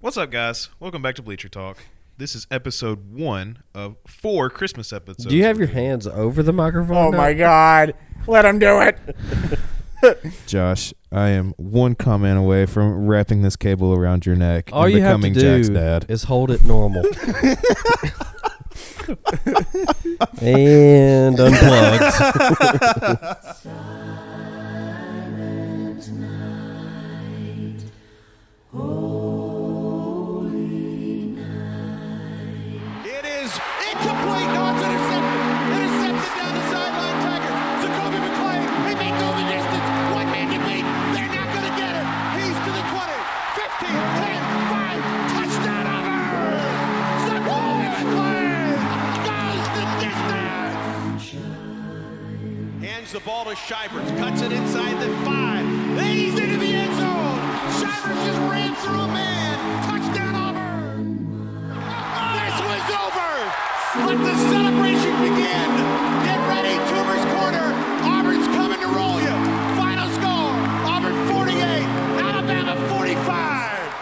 What's up, guys? Welcome back to Bleacher Talk. This is episode one of four Christmas episodes. Do you have your hands over the microphone? Oh now? my God. Let him do it. Josh, I am one comment away from wrapping this cable around your neck All and you have to becoming do Jack's dad. is hold it normal. and unplugged. It is incomplete. No, it's intercepted. Intercepted down the sideline. Tigers. Jacoby McClain. He may go the distance. One man to beat. They're not going to get it. He's to the 20, 15, 10, 5. Touchdown Auburn. Jacoby McClain goes the distance. Hands the ball to Shivers. Cuts it inside the five. Leads into the end zone. Shivers just ran through a man. Touchdown Auburn. This was over. Let the celebration begin. Get ready, Toomer's Corner. Auburn's coming to roll you. Final score: Auburn 48, Alabama 45.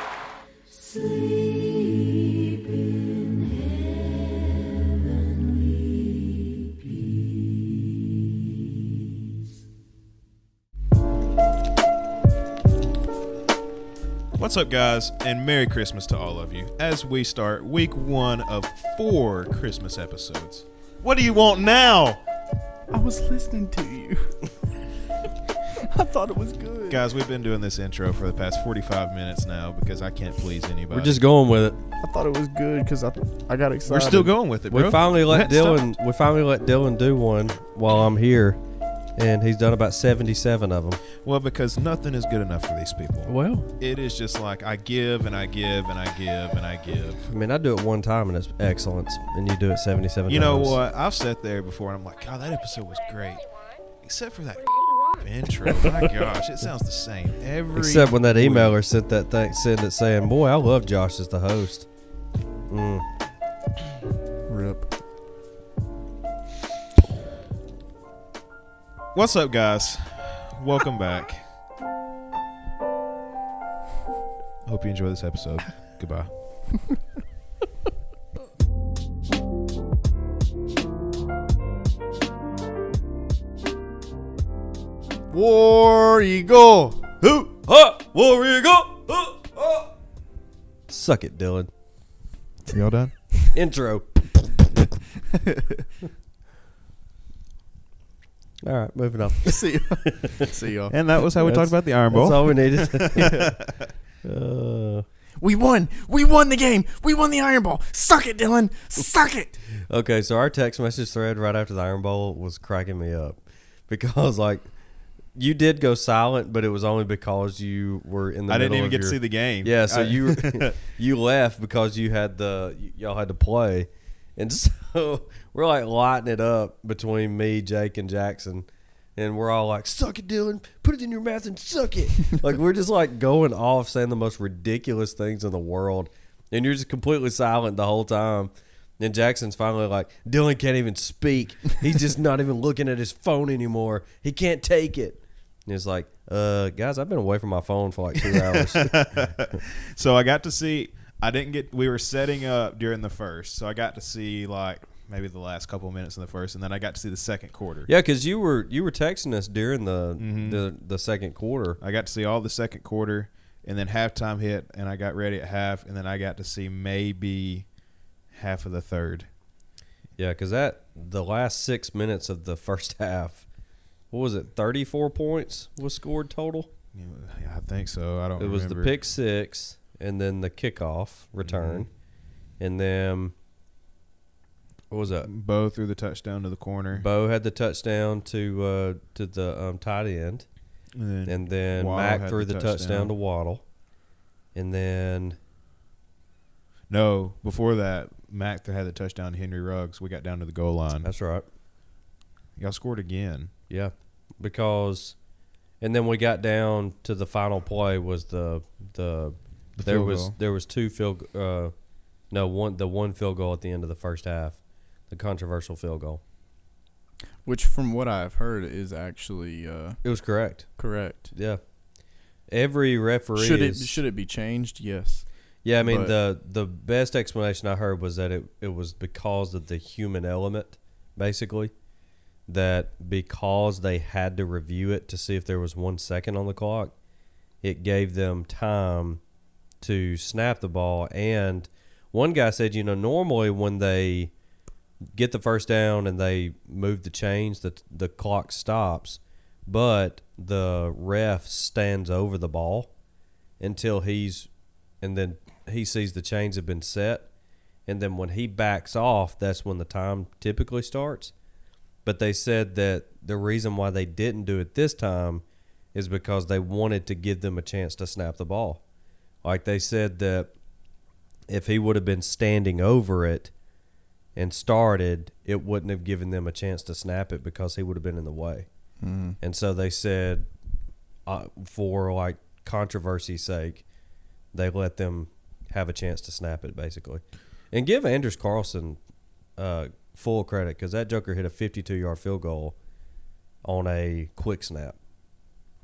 What's up, guys, and Merry Christmas to all of you as we start week one of four Christmas episodes. What do you want now? I was listening to you. I thought it was good. Guys, we've been doing this intro for the past 45 minutes now because I can't please anybody. We're just going with it. I thought it was good because I, I got excited. We're still going with it, We bro. finally let We hadn't Dylan. We finally let Dylan do one while I'm here, and he's done about seventy-seven of them. stopped. Well, because nothing is good enough for these people. Well, It is just like I give and I give and I give and I give. I mean, I do it one time and it's excellence, and you do it seventy-seven. You know times. what? I've sat there before and I'm like, God, that episode was great. Except for that f- intro. My gosh, it sounds the same every. Except when that week. emailer sent that thing, sent it saying, "Boy, I love Josh as the host." Rip. What's up, guys? Welcome back. Hope you enjoy this episode. Goodbye. War Eagle. Who? Huh? Warrior go. Suck it, Dylan. Y'all done? Intro. All right, moving on. See y'all. See y'all. And that was how we That's- talked about the Iron That's Bowl. all we needed. Uh, We won. We won the game. We won the Iron Ball. Suck it, Dylan. Suck it. okay, so our text message thread right after the Iron Bowl was cracking me up because, like, you did go silent, but it was only because you were in the. I didn't even middle of get to your- see the game. Yeah, so I- you you left because you had the y- y'all had to play, and so we're like lighting it up between me, Jake, and Jackson, and we're all like, "Suck it, Dylan! Put it in your mouth and suck it!" like we're just like going off saying the most ridiculous things in the world, and you're just completely silent the whole time. And Jackson's finally like, Dylan can't even speak. He's just not even looking at his phone anymore. He can't take it. And it's like, uh, guys, I've been away from my phone for like two hours. So I got to see. I didn't get. We were setting up during the first, so I got to see like maybe the last couple of minutes in the first, and then I got to see the second quarter. Yeah, because you were you were texting us during the Mm-hmm. the, the second quarter. I got to see all the second quarter, and then halftime hit, and I got ready at half, and then I got to see maybe half of the third. Yeah, because that the last six minutes of the first half, what was it? Thirty four points was scored total. You know, I think so. I don't. It was the remember. pick six, and then the kickoff return, Mm-hmm. and then what was that? Bo threw the touchdown to the corner, Bo had the touchdown to uh, to the um, tight end, and then and then Waddle Mac had threw the the touchdown touchdown. to Waddle, and then no, before that, Mac had the touchdown. to Henry Ruggs. We got down to the goal line. that's right. Y'all scored again. Yeah, because, and then we got down to the final play was the the, The there field was goal. there was two field uh, no one the one field goal at the end of the first half, the controversial field goal. which from what I've heard is actually uh, It was correct. correct. Yeah, every referee Should it is- should it be changed? Yes. Yeah, I mean But- the the best explanation I heard was that it, it was because of the human element, basically. That because they had to review it to see if there was one second on the clock, it gave them time to snap the ball. And one guy said, you know, normally when they get the first down and they move the chains, the the clock stops, but the ref stands over the ball until he's and then he sees the chains have been set and then when he backs off that's when the time typically starts but they said that the reason why they didn't do it this time is because they wanted to give them a chance to snap the ball like they said that if he would have been standing over it and started it wouldn't have given them a chance to snap it because he would have been in the way and so they said uh, for like controversy's sake they let them have a chance to snap it basically and give anders carlson uh, full credit because that joker hit a 52 yard field goal on a quick snap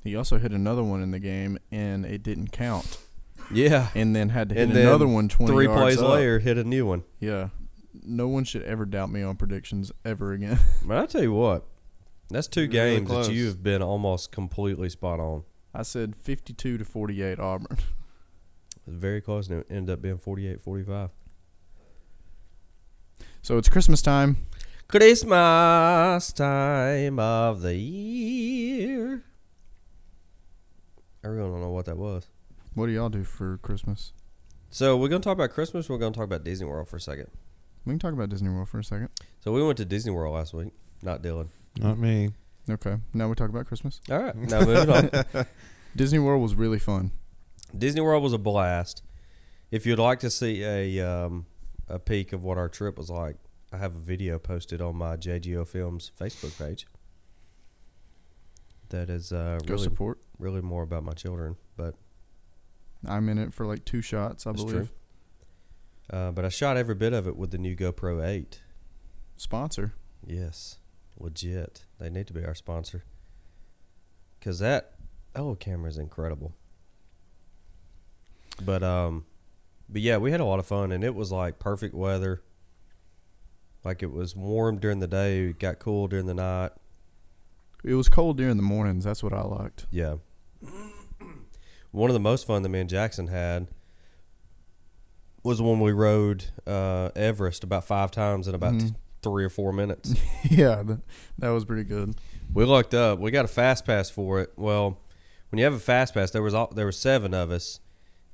He also hit another one in the game, and it didn't count. yeah And then had to hit and then another one 20 three yards plays up. later hit a new one Yeah. No one should ever doubt me on predictions ever again. but i tell you what that's two Really games close. that you have been almost completely spot on I said 52 to 48 Auburn. very close and it ended up being 48 45 So it's Christmas time. Christmas time of the year. I really don't know what that was. What do y'all do for Christmas? So we're gonna talk about Christmas. We're gonna talk about Disney World for a second. We can talk about Disney World for a second. So we went to Disney World last week. Not Dylan. Not me. Okay. Now we talk about Christmas. All right. Now moving on. Disney World was really fun. Disney World was a blast. If you'd like to see a um, a peek of what our trip was like, I have a video posted on my JGO Films Facebook page. That is uh, Go really support. really more about my children, but I'm in it for like two shots, I That's true. believe. Uh, but I shot every bit of it with the new GoPro 8. Sponsor. Yes, legit. They need to be our sponsor. Cause that that little camera is incredible. But um, but yeah, we had a lot of fun, and it was like perfect weather. Like it was warm during the day, it got cool during the night. It was cold during the mornings. That's what I liked. Yeah. One of the most fun that me and Jackson had was when we rode uh, Everest about five times in about Mhm. three or four minutes. yeah, that, that was pretty good. we looked up. We got a fast pass for it. Well, when you have a fast pass, there was all, there were seven of us,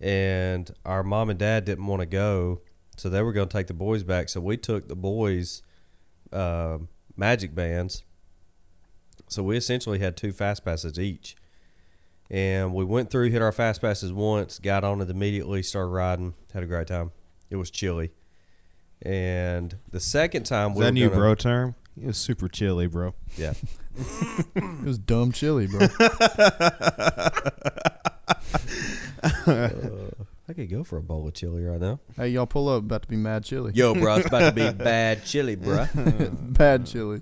and our mom and dad didn't want to go, so they were going to take the boys back. So we took the boys' uh, magic bands. So we essentially had two fast passes each, and we went through, hit our fast passes once, got on it immediately, started riding, had a great time. It was chilly, and the second time Is we that were new gonna- bro term? It was super chilly, bro. yeah. It was dumb chilly, bro. I could go for a bowl of chili right now. hey, y'all pull up. About to be mad chilly. Yo, bro, it's about to be bad chili, bro. Bad chilly.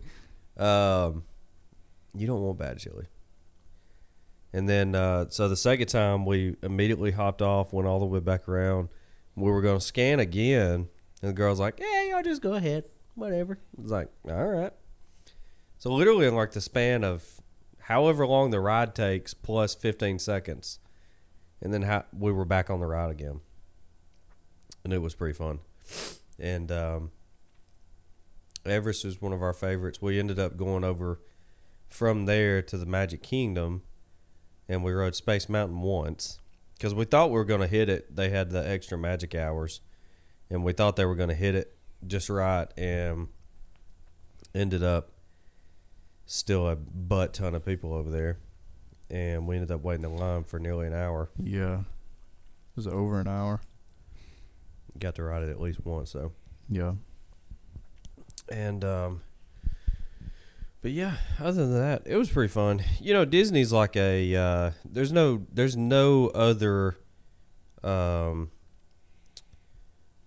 Um, you don't want bad chili. And then, uh, so the second time we immediately hopped off, went all the way back around. We were going to scan again, and the girl's like, "Hey, y'all just go ahead, whatever." It's like, all right. So literally, in like the span of however long the ride takes, plus fifteen seconds, and then how, we were back on the ride again, and it was pretty fun. And um, Everest was one of our favorites. We ended up going over from there to the Magic Kingdom, and we rode Space Mountain once because we thought we were going to hit it. They had the extra magic hours, and we thought they were going to hit it just right, and ended up still a butt ton of people over there, and we ended up waiting in line for nearly an hour. Yeah. It was over an hour. Got to ride it at least once though. Yeah. and um but yeah other than that it was pretty fun you know disney's like a uh there's no there's no other um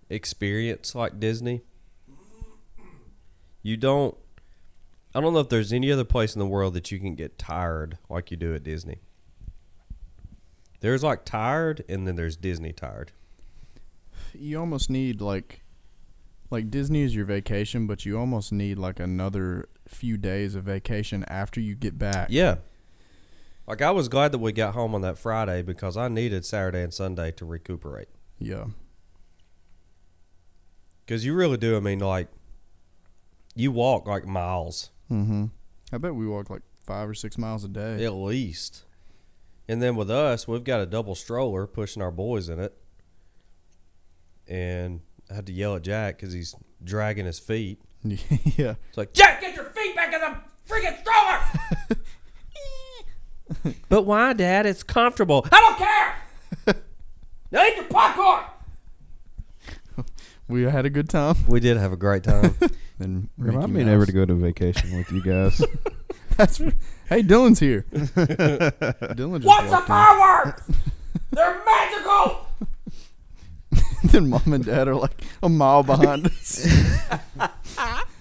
experience like disney you don't i don't know if there's any other place in the world that you can get tired like you do at disney there's like tired and then there's disney tired you almost need like like Disney is your vacation, but you almost need like another few days of vacation after you get back. Yeah. Like I was glad that we got home on that Friday because I needed Saturday and Sunday to recuperate. Yeah. Because you really do. I mean, like you walk like miles Mhm. I bet we walk like 5 or 6 miles a day. at least, and then with us, we've got a double stroller pushing our boys in it, and I had to yell at Jack because he's dragging his feet. yeah. It's like Jack, get your feet back in the freaking stroller. but why, Dad? It's comfortable. I don't care. now eat your popcorn. We had a good time. We did have a great time. Then Remind Mickey me never Mouse- to go to vacation with you guys. That's Hey, Dylan's here. Dylan just What's a walked in. firework? They're magical. then mom and dad are like a mile behind us.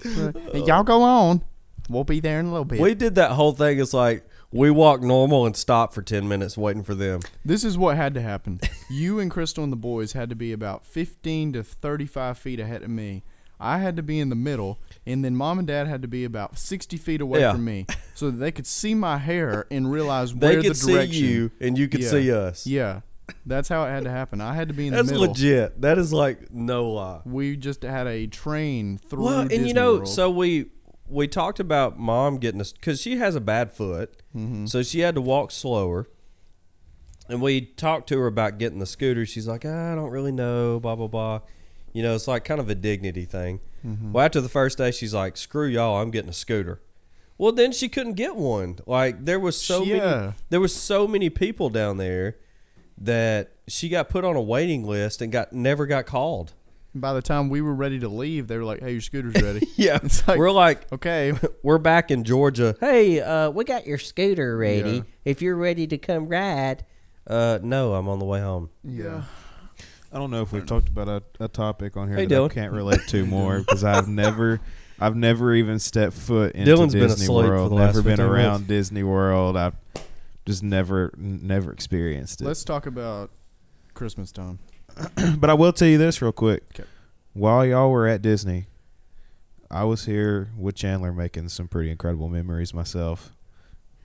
Hey, y'all go on. We'll be there in a little bit. we did that whole thing. It's like we walk normal and stop for ten minutes waiting for them. This is what had to happen. You and Crystal and the boys had to be about 15 to 35 feet ahead of me. I had to be in the middle, and then mom and dad had to be about 60 feet away Yeah. from me so that they could see my hair and realize They where could the see direction. you and you could Yeah. see us. Yeah. That's how it had to happen. I had to be in That's the middle. legit. That is like no lie. We just had a train through Well, and Disney you know, World. so we we talked about mom getting us because she has a bad foot, Mm-hmm. so she had to walk slower. And we talked to her about getting the scooter. She's like, "Ah, I don't really know, blah blah blah. You know, it's like kind of a dignity thing. Mm-hmm. Well, after the first day, she's like, "Screw y'all, I'm getting a scooter." Well, then she couldn't get one. Like there was so Yeah. many, there was so many people down there that she got put on a waiting list and got never got called. by the time we were ready to leave, they were like, hey, your scooter's ready. Yeah, It's like, we're like, okay. we're back in Georgia. Hey, uh, we got your scooter ready. Yeah. If you're ready to come ride, Uh, no, I'm on the way home. Yeah. I don't know if we've talked about a, a topic on here Hey, that Dylan. I can't relate to more because I've never, I've never even stepped foot into Dylan's been Disney asleep for World. the last never been 15 around minutes. Disney World. I've just never, n- never experienced it. Let's talk about Christmas time. but I will tell you this real quick. 'Kay. While y'all were at Disney, I was here with Chandler making some pretty incredible memories myself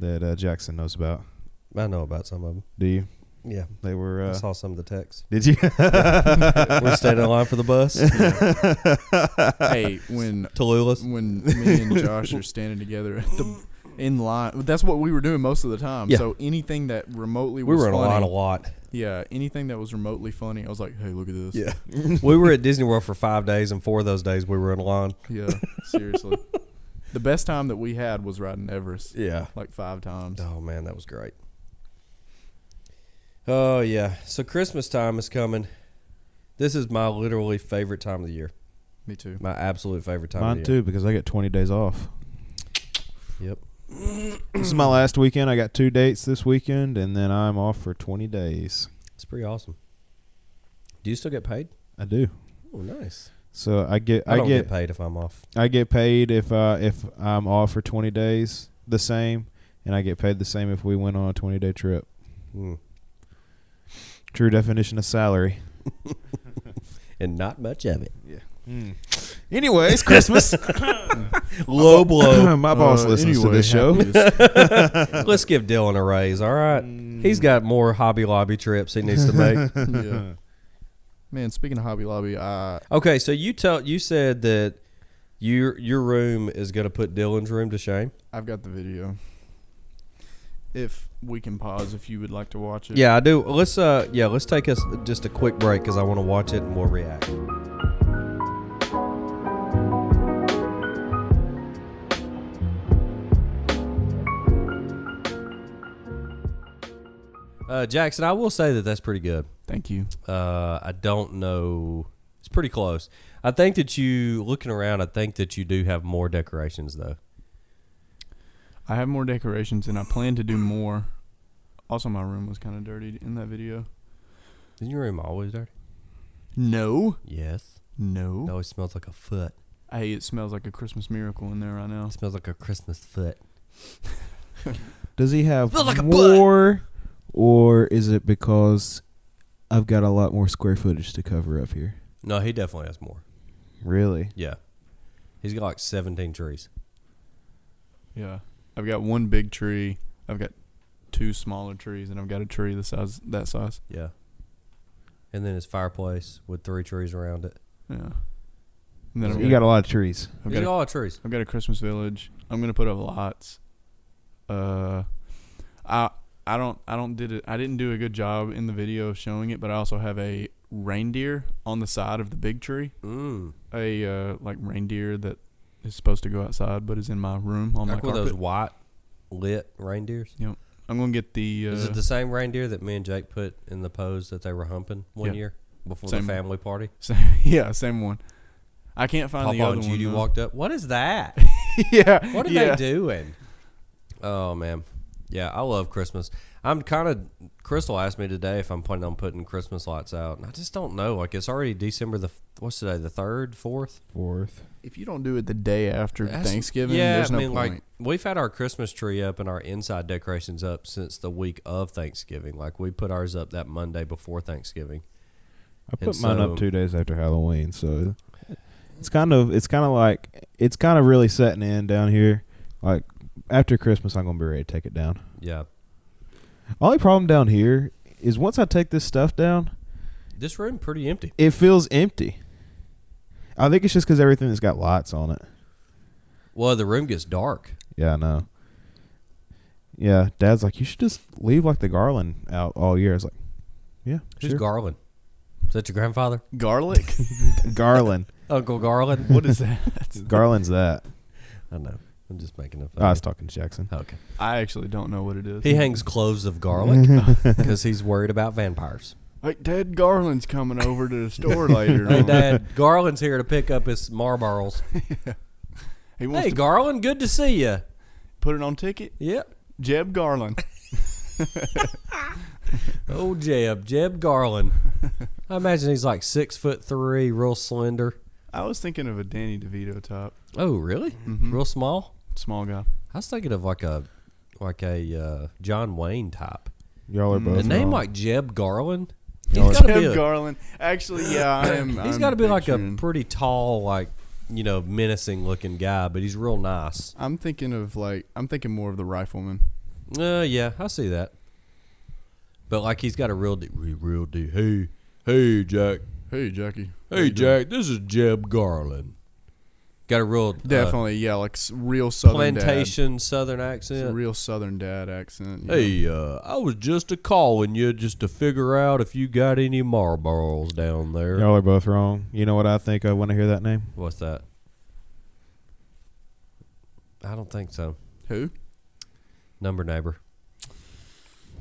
that uh, Jackson knows about. I know about some of them. Do you? Yeah, They were. I Uh, saw some of the texts. did you? We're standing in line for the bus. hey, when Tallulah's. when me and Josh are standing together at the in line, that's what we were doing most of the time. Yeah. So anything that remotely We was were in a funny, line a lot. yeah, anything that was remotely funny, I was like, hey, look at this. Yeah, we were at Disney World for five days, and four of those days we were in a line. yeah, seriously. The best time that we had was riding Everest, Yeah. like five times. Oh man, that was great. Oh yeah. So Christmas time is coming. This is my literally favorite time of the year. Me too. My absolute favorite time Mine of the year. too, because I get 20 days off. Yep. this is my last weekend. I got two dates this weekend, and then I'm off for 20 days. It's pretty awesome. Do you still get paid? I do. Oh, nice. So I get I, I, don't get, get, paid if I'm off. I get paid if uh if I'm off for 20 days the same, and I get paid the same if we went on a 20 day trip. Mm. True definition of salary. And not much of it. Anyways, Christmas. Low blow. my Uh, boss listens to this show. Let's give Dylan a raise, all right? He's got more Hobby Lobby trips he needs to make. yeah. Man, speaking of Hobby Lobby, I okay, so you tell you said that your your room is gonna put Dylan's room to shame. I've got the video. If we can pause, if you would like to watch it. Yeah, I do. Let's uh yeah, let's take us just a quick break because I want to watch it and we'll react. Uh, Jackson, I will say that that's pretty good. Thank you. Uh, I don't know. It's pretty close. I think that you looking around. I think that you do have more decorations though. I have more decorations and I plan to do more. Also, my room was kind of dirty in that video. Isn't your room always dirty? No, Yes. no. It always smells like a foot. Hey, it smells like a Christmas miracle in there right now. It smells like a Christmas foot. Does he have war, or is it because I've got a lot more square footage to cover up here. No, he definitely has more. Really? Yeah. He's got like 17 trees. Yeah. I've got one big tree. I've got two smaller trees, and I've got a tree the size that size. Yeah. And then his fireplace with three trees around it. Yeah. And then I've You got a lot of trees. I've He's got, got a, a lot of trees. I've got a Christmas village. I'm gonna put up lots. Uh, I I don't I don't did it. I didn't do a good job in the video of showing it, but I also have a reindeer on the side of the big tree. Mm. A uh, like reindeer that is supposed to go outside, but is in my room on Like my with those carpet. white lit reindeers. Yep. I'm gonna get the. Uh, Is it the same reindeer that me and Jake put in the pose that they were humping one Yeah. year before Same. the family party? same, yeah, same one. I can't find the Papa other and one. Judy though. walked up. What is that? yeah. What are yeah. they doing? Oh man, yeah, I love Christmas. I'm kind of. Crystal asked me today if I'm planning on putting Christmas lights out, and I just don't know. Like it's already December the what's today the third, fourth. Fourth. If you don't do it the day after That's- Thanksgiving, Yeah, there's no I mean, point. like we've had our Christmas tree up and our inside decorations up since the week of Thanksgiving. Like we put ours up that Monday before Thanksgiving. I put And mine so- up two days after Halloween, so it's kind of it's kind of like it's kind of really setting in down here. Like after Christmas, I'm gonna be ready to take it down. Yeah, Only problem down here is once I take this stuff down, this room pretty empty. it feels empty. I think it's just because everything that's got lights on it. Well, the room gets dark. Yeah, I know. Yeah, Dad's like, you should just leave like the garland out all year. I was like, yeah, Who's sure. Garland? Is that your grandfather, garlic. garland. Uncle Garland? what is that? Garland's that. I know. I'm just making a fun. I was talking to Jackson. Okay. I actually don't know what it is. He hangs cloves of garlic because he's worried about vampires. Hey, Dad Garland's coming over to the store later. Hey, on. Dad, Garland's here to pick up his Marlboros. He wants Hey, to Garland, good to see you. put it on ticket. Yep. Jeb Garland. Oh, Jeb, Jeb Garland. I imagine he's like six foot three, real slender. I was thinking of a Danny DeVito type, Oh, really? Real small. small guy. I was thinking of like a like a uh, John Wayne type. Y'all are both. A name wrong. like Jeb Garland. He's got to be Jeb a, Garland. Actually, yeah, I am. he's I'm got to be like a picturing- pretty tall, like you know, menacing looking guy, but he's real nice. I'm thinking of like I'm thinking more of the rifleman. Uh, yeah, I see that. But like, he's got a real, de- re- real deep. Hey, hey, Jack. Hey, Jackie. Hey, Jack. This is Jeb Garland. Got a real uh, Definitely, yeah, like s- real southern dad. plantation Southern It's a accent. real southern dad accent. you know. Hey, uh, I was just a calling you just to figure out if you got any Marlboros down there. Y'all are both wrong. You know what I think of when I hear that name? What's that? I don't think so. who? Number neighbor.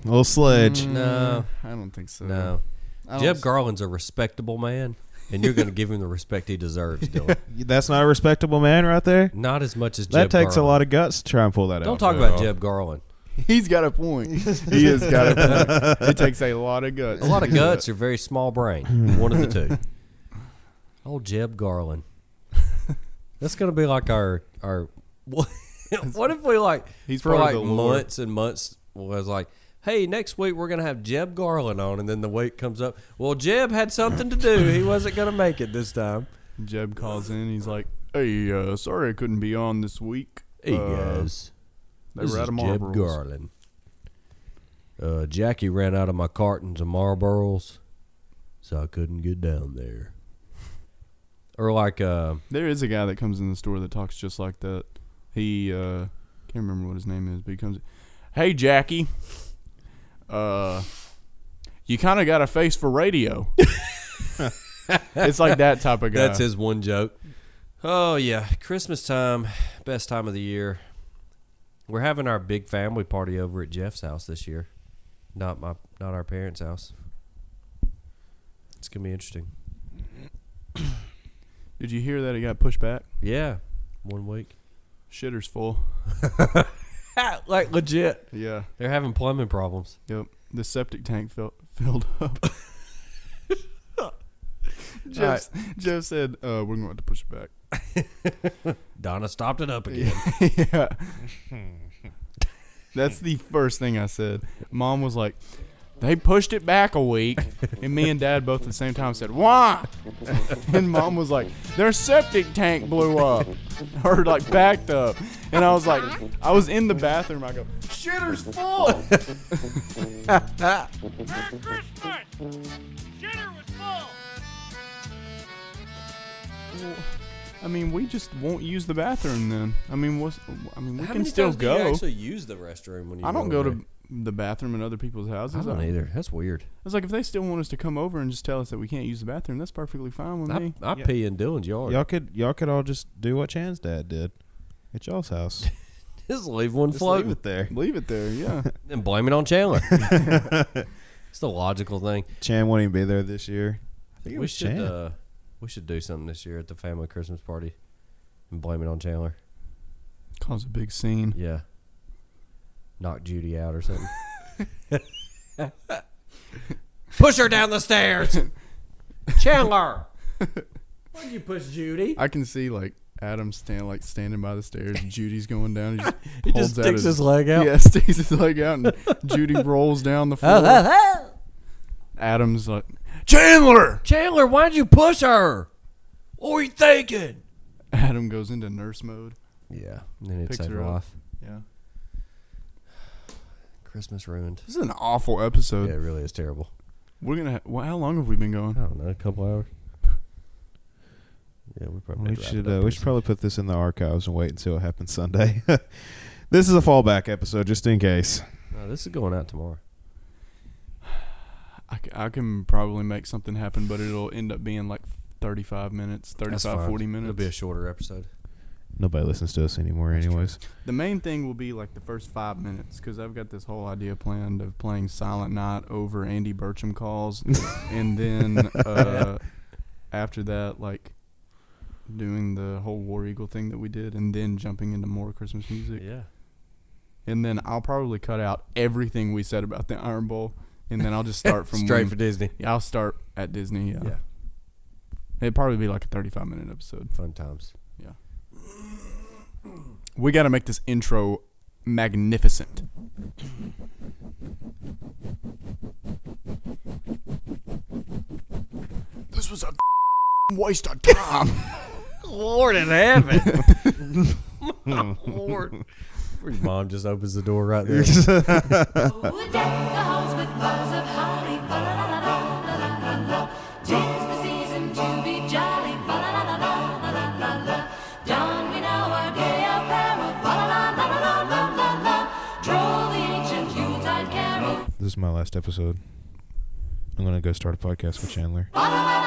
Little Sledge. No, Mm. I don't think so. no. I don't Jeb s- Garland's a respectable man, and you're going to give him the respect he deserves, Dylan. That's not a respectable man right there. Not as much as Jeb That takes a Garland. lot of guts to try and pull that Don't out. talk about Jeb Garland. He's got a point. He has got a point. It takes a lot of guts. A lot of guts or very small Hmm. brain. One of the two. Oh, Jeb Garland. That's gonna be like our our. What, what if we like He's for part of like the lore. months and months was like, hey, next week we're gonna have Jeb Garland on, and then the week comes up. Well, Jeb had something to do. He wasn't gonna make it this time. Jeb calls in. He's like, "Hey, uh, sorry I couldn't be on this week. Hey Uh, guys, they this were is out of Jeb Marlboros. Garland. Uh, Jackie ran out of my cartons of Marlboros, so I couldn't get down there. Or like, uh, There is a guy that comes in the store that talks just like that. He uh, can't remember what his name is, but he comes. Hey, Jackie. Uh, you kind of got a face for radio. it's like that type of guy. That's his one joke. Oh yeah, Christmas time, best time of the year. We're having our big family party over at Jeff's house this year. Not my not our parents' house. It's going to be interesting. Did you hear that it got pushed back? Yeah. One week. Shitter's full. like legit. Yeah. They're having plumbing problems. Yep. The septic tank filled filled up. Jeff, Jeff said, uh, "We're going to have to push it back." Donna stopped it up again. yeah. That's the first thing I said. Mom was like, They pushed it back a week, and me and Dad both at the same time said, "Why?" And Mom was like, "Their septic tank blew up, or like backed up." And I was like, I was in the bathroom. I go, "Shitter's full." Christmas! Jitter was full! I mean, we just won't use the bathroom then. I mean, what's, I mean, we How can many still times do go. you actually use the restroom when you I don't go over to the bathroom in other people's there? I houses. don't either. That's weird. It's like if they still want us to come over and just tell us that we can't use the bathroom, that's perfectly fine with I, me. I pee in Dylan's yard. Y'all could y'all could all just do what Chan's dad did at y'all's house. Just leave one Just leave floating it there. Leave it there, yeah. and blame it on Chandler. it's the logical thing. Chan won't even be there this year. I think it We was should Chan. uh, we should do something this year at the family Christmas party and blame it on Chandler. Cause a big scene. Yeah. Knock Judy out or something. push her down the stairs. Chandler. Why'd you push Judy? Oh, I can see like Adam stand like standing by the stairs. Judy's going down. He just, He holds just out sticks his leg out. Yeah, sticks his leg out, and Judy rolls down the oh, floor. Adam's like, Chandler. Chandler, why'd you push her? What were you thinking? Adam goes into nurse mode. Yeah. Then it'd Picks save her her up. life. Yeah, Christmas ruined. this is an awful Yeah, episode. it really is terrible. We're gonna. Ha- well, how long have we been going? I don't know, a couple hours. Yeah, we probably We need to wrap should it uh, up we pretty should probably put this in the archives and wait until it happens Sunday. this is a fallback episode, just in case. soon. No, this is going out tomorrow. I, c- I can probably make something happen, but it'll end up being like 35 minutes, That's 35, fine. 40 It'll be a minutes. shorter episode. Nobody listens to us anymore, anyways. The main thing will be like the first five minutes because I've got this whole idea planned of playing Silent Night over Andy Burcham calls, and then uh, after that, like doing the whole War Eagle thing that we did, and then jumping into more Christmas music. Yeah. And then I'll probably cut out everything we said about the Iron Bowl, and then I'll just start from Straight when- for Disney. Yeah, I'll start at Disney. Yeah. Yeah. It'd probably be like a 35 minute episode. Fun times. We got to make this intro magnificent. This was a waste of time. Lord in heaven. Lord. Your mom just opens the door right there. Who deck the halls with boughs of holly? Fa la la la la la la la. Tis the season to be jolly. Fa la la la la la la la la. Don we now our gay apparel. Fa la la la la la la la la. Troll the ancient Yuletide carol. This is my last episode. I'm gonna go start a podcast with Chandler. Fa la la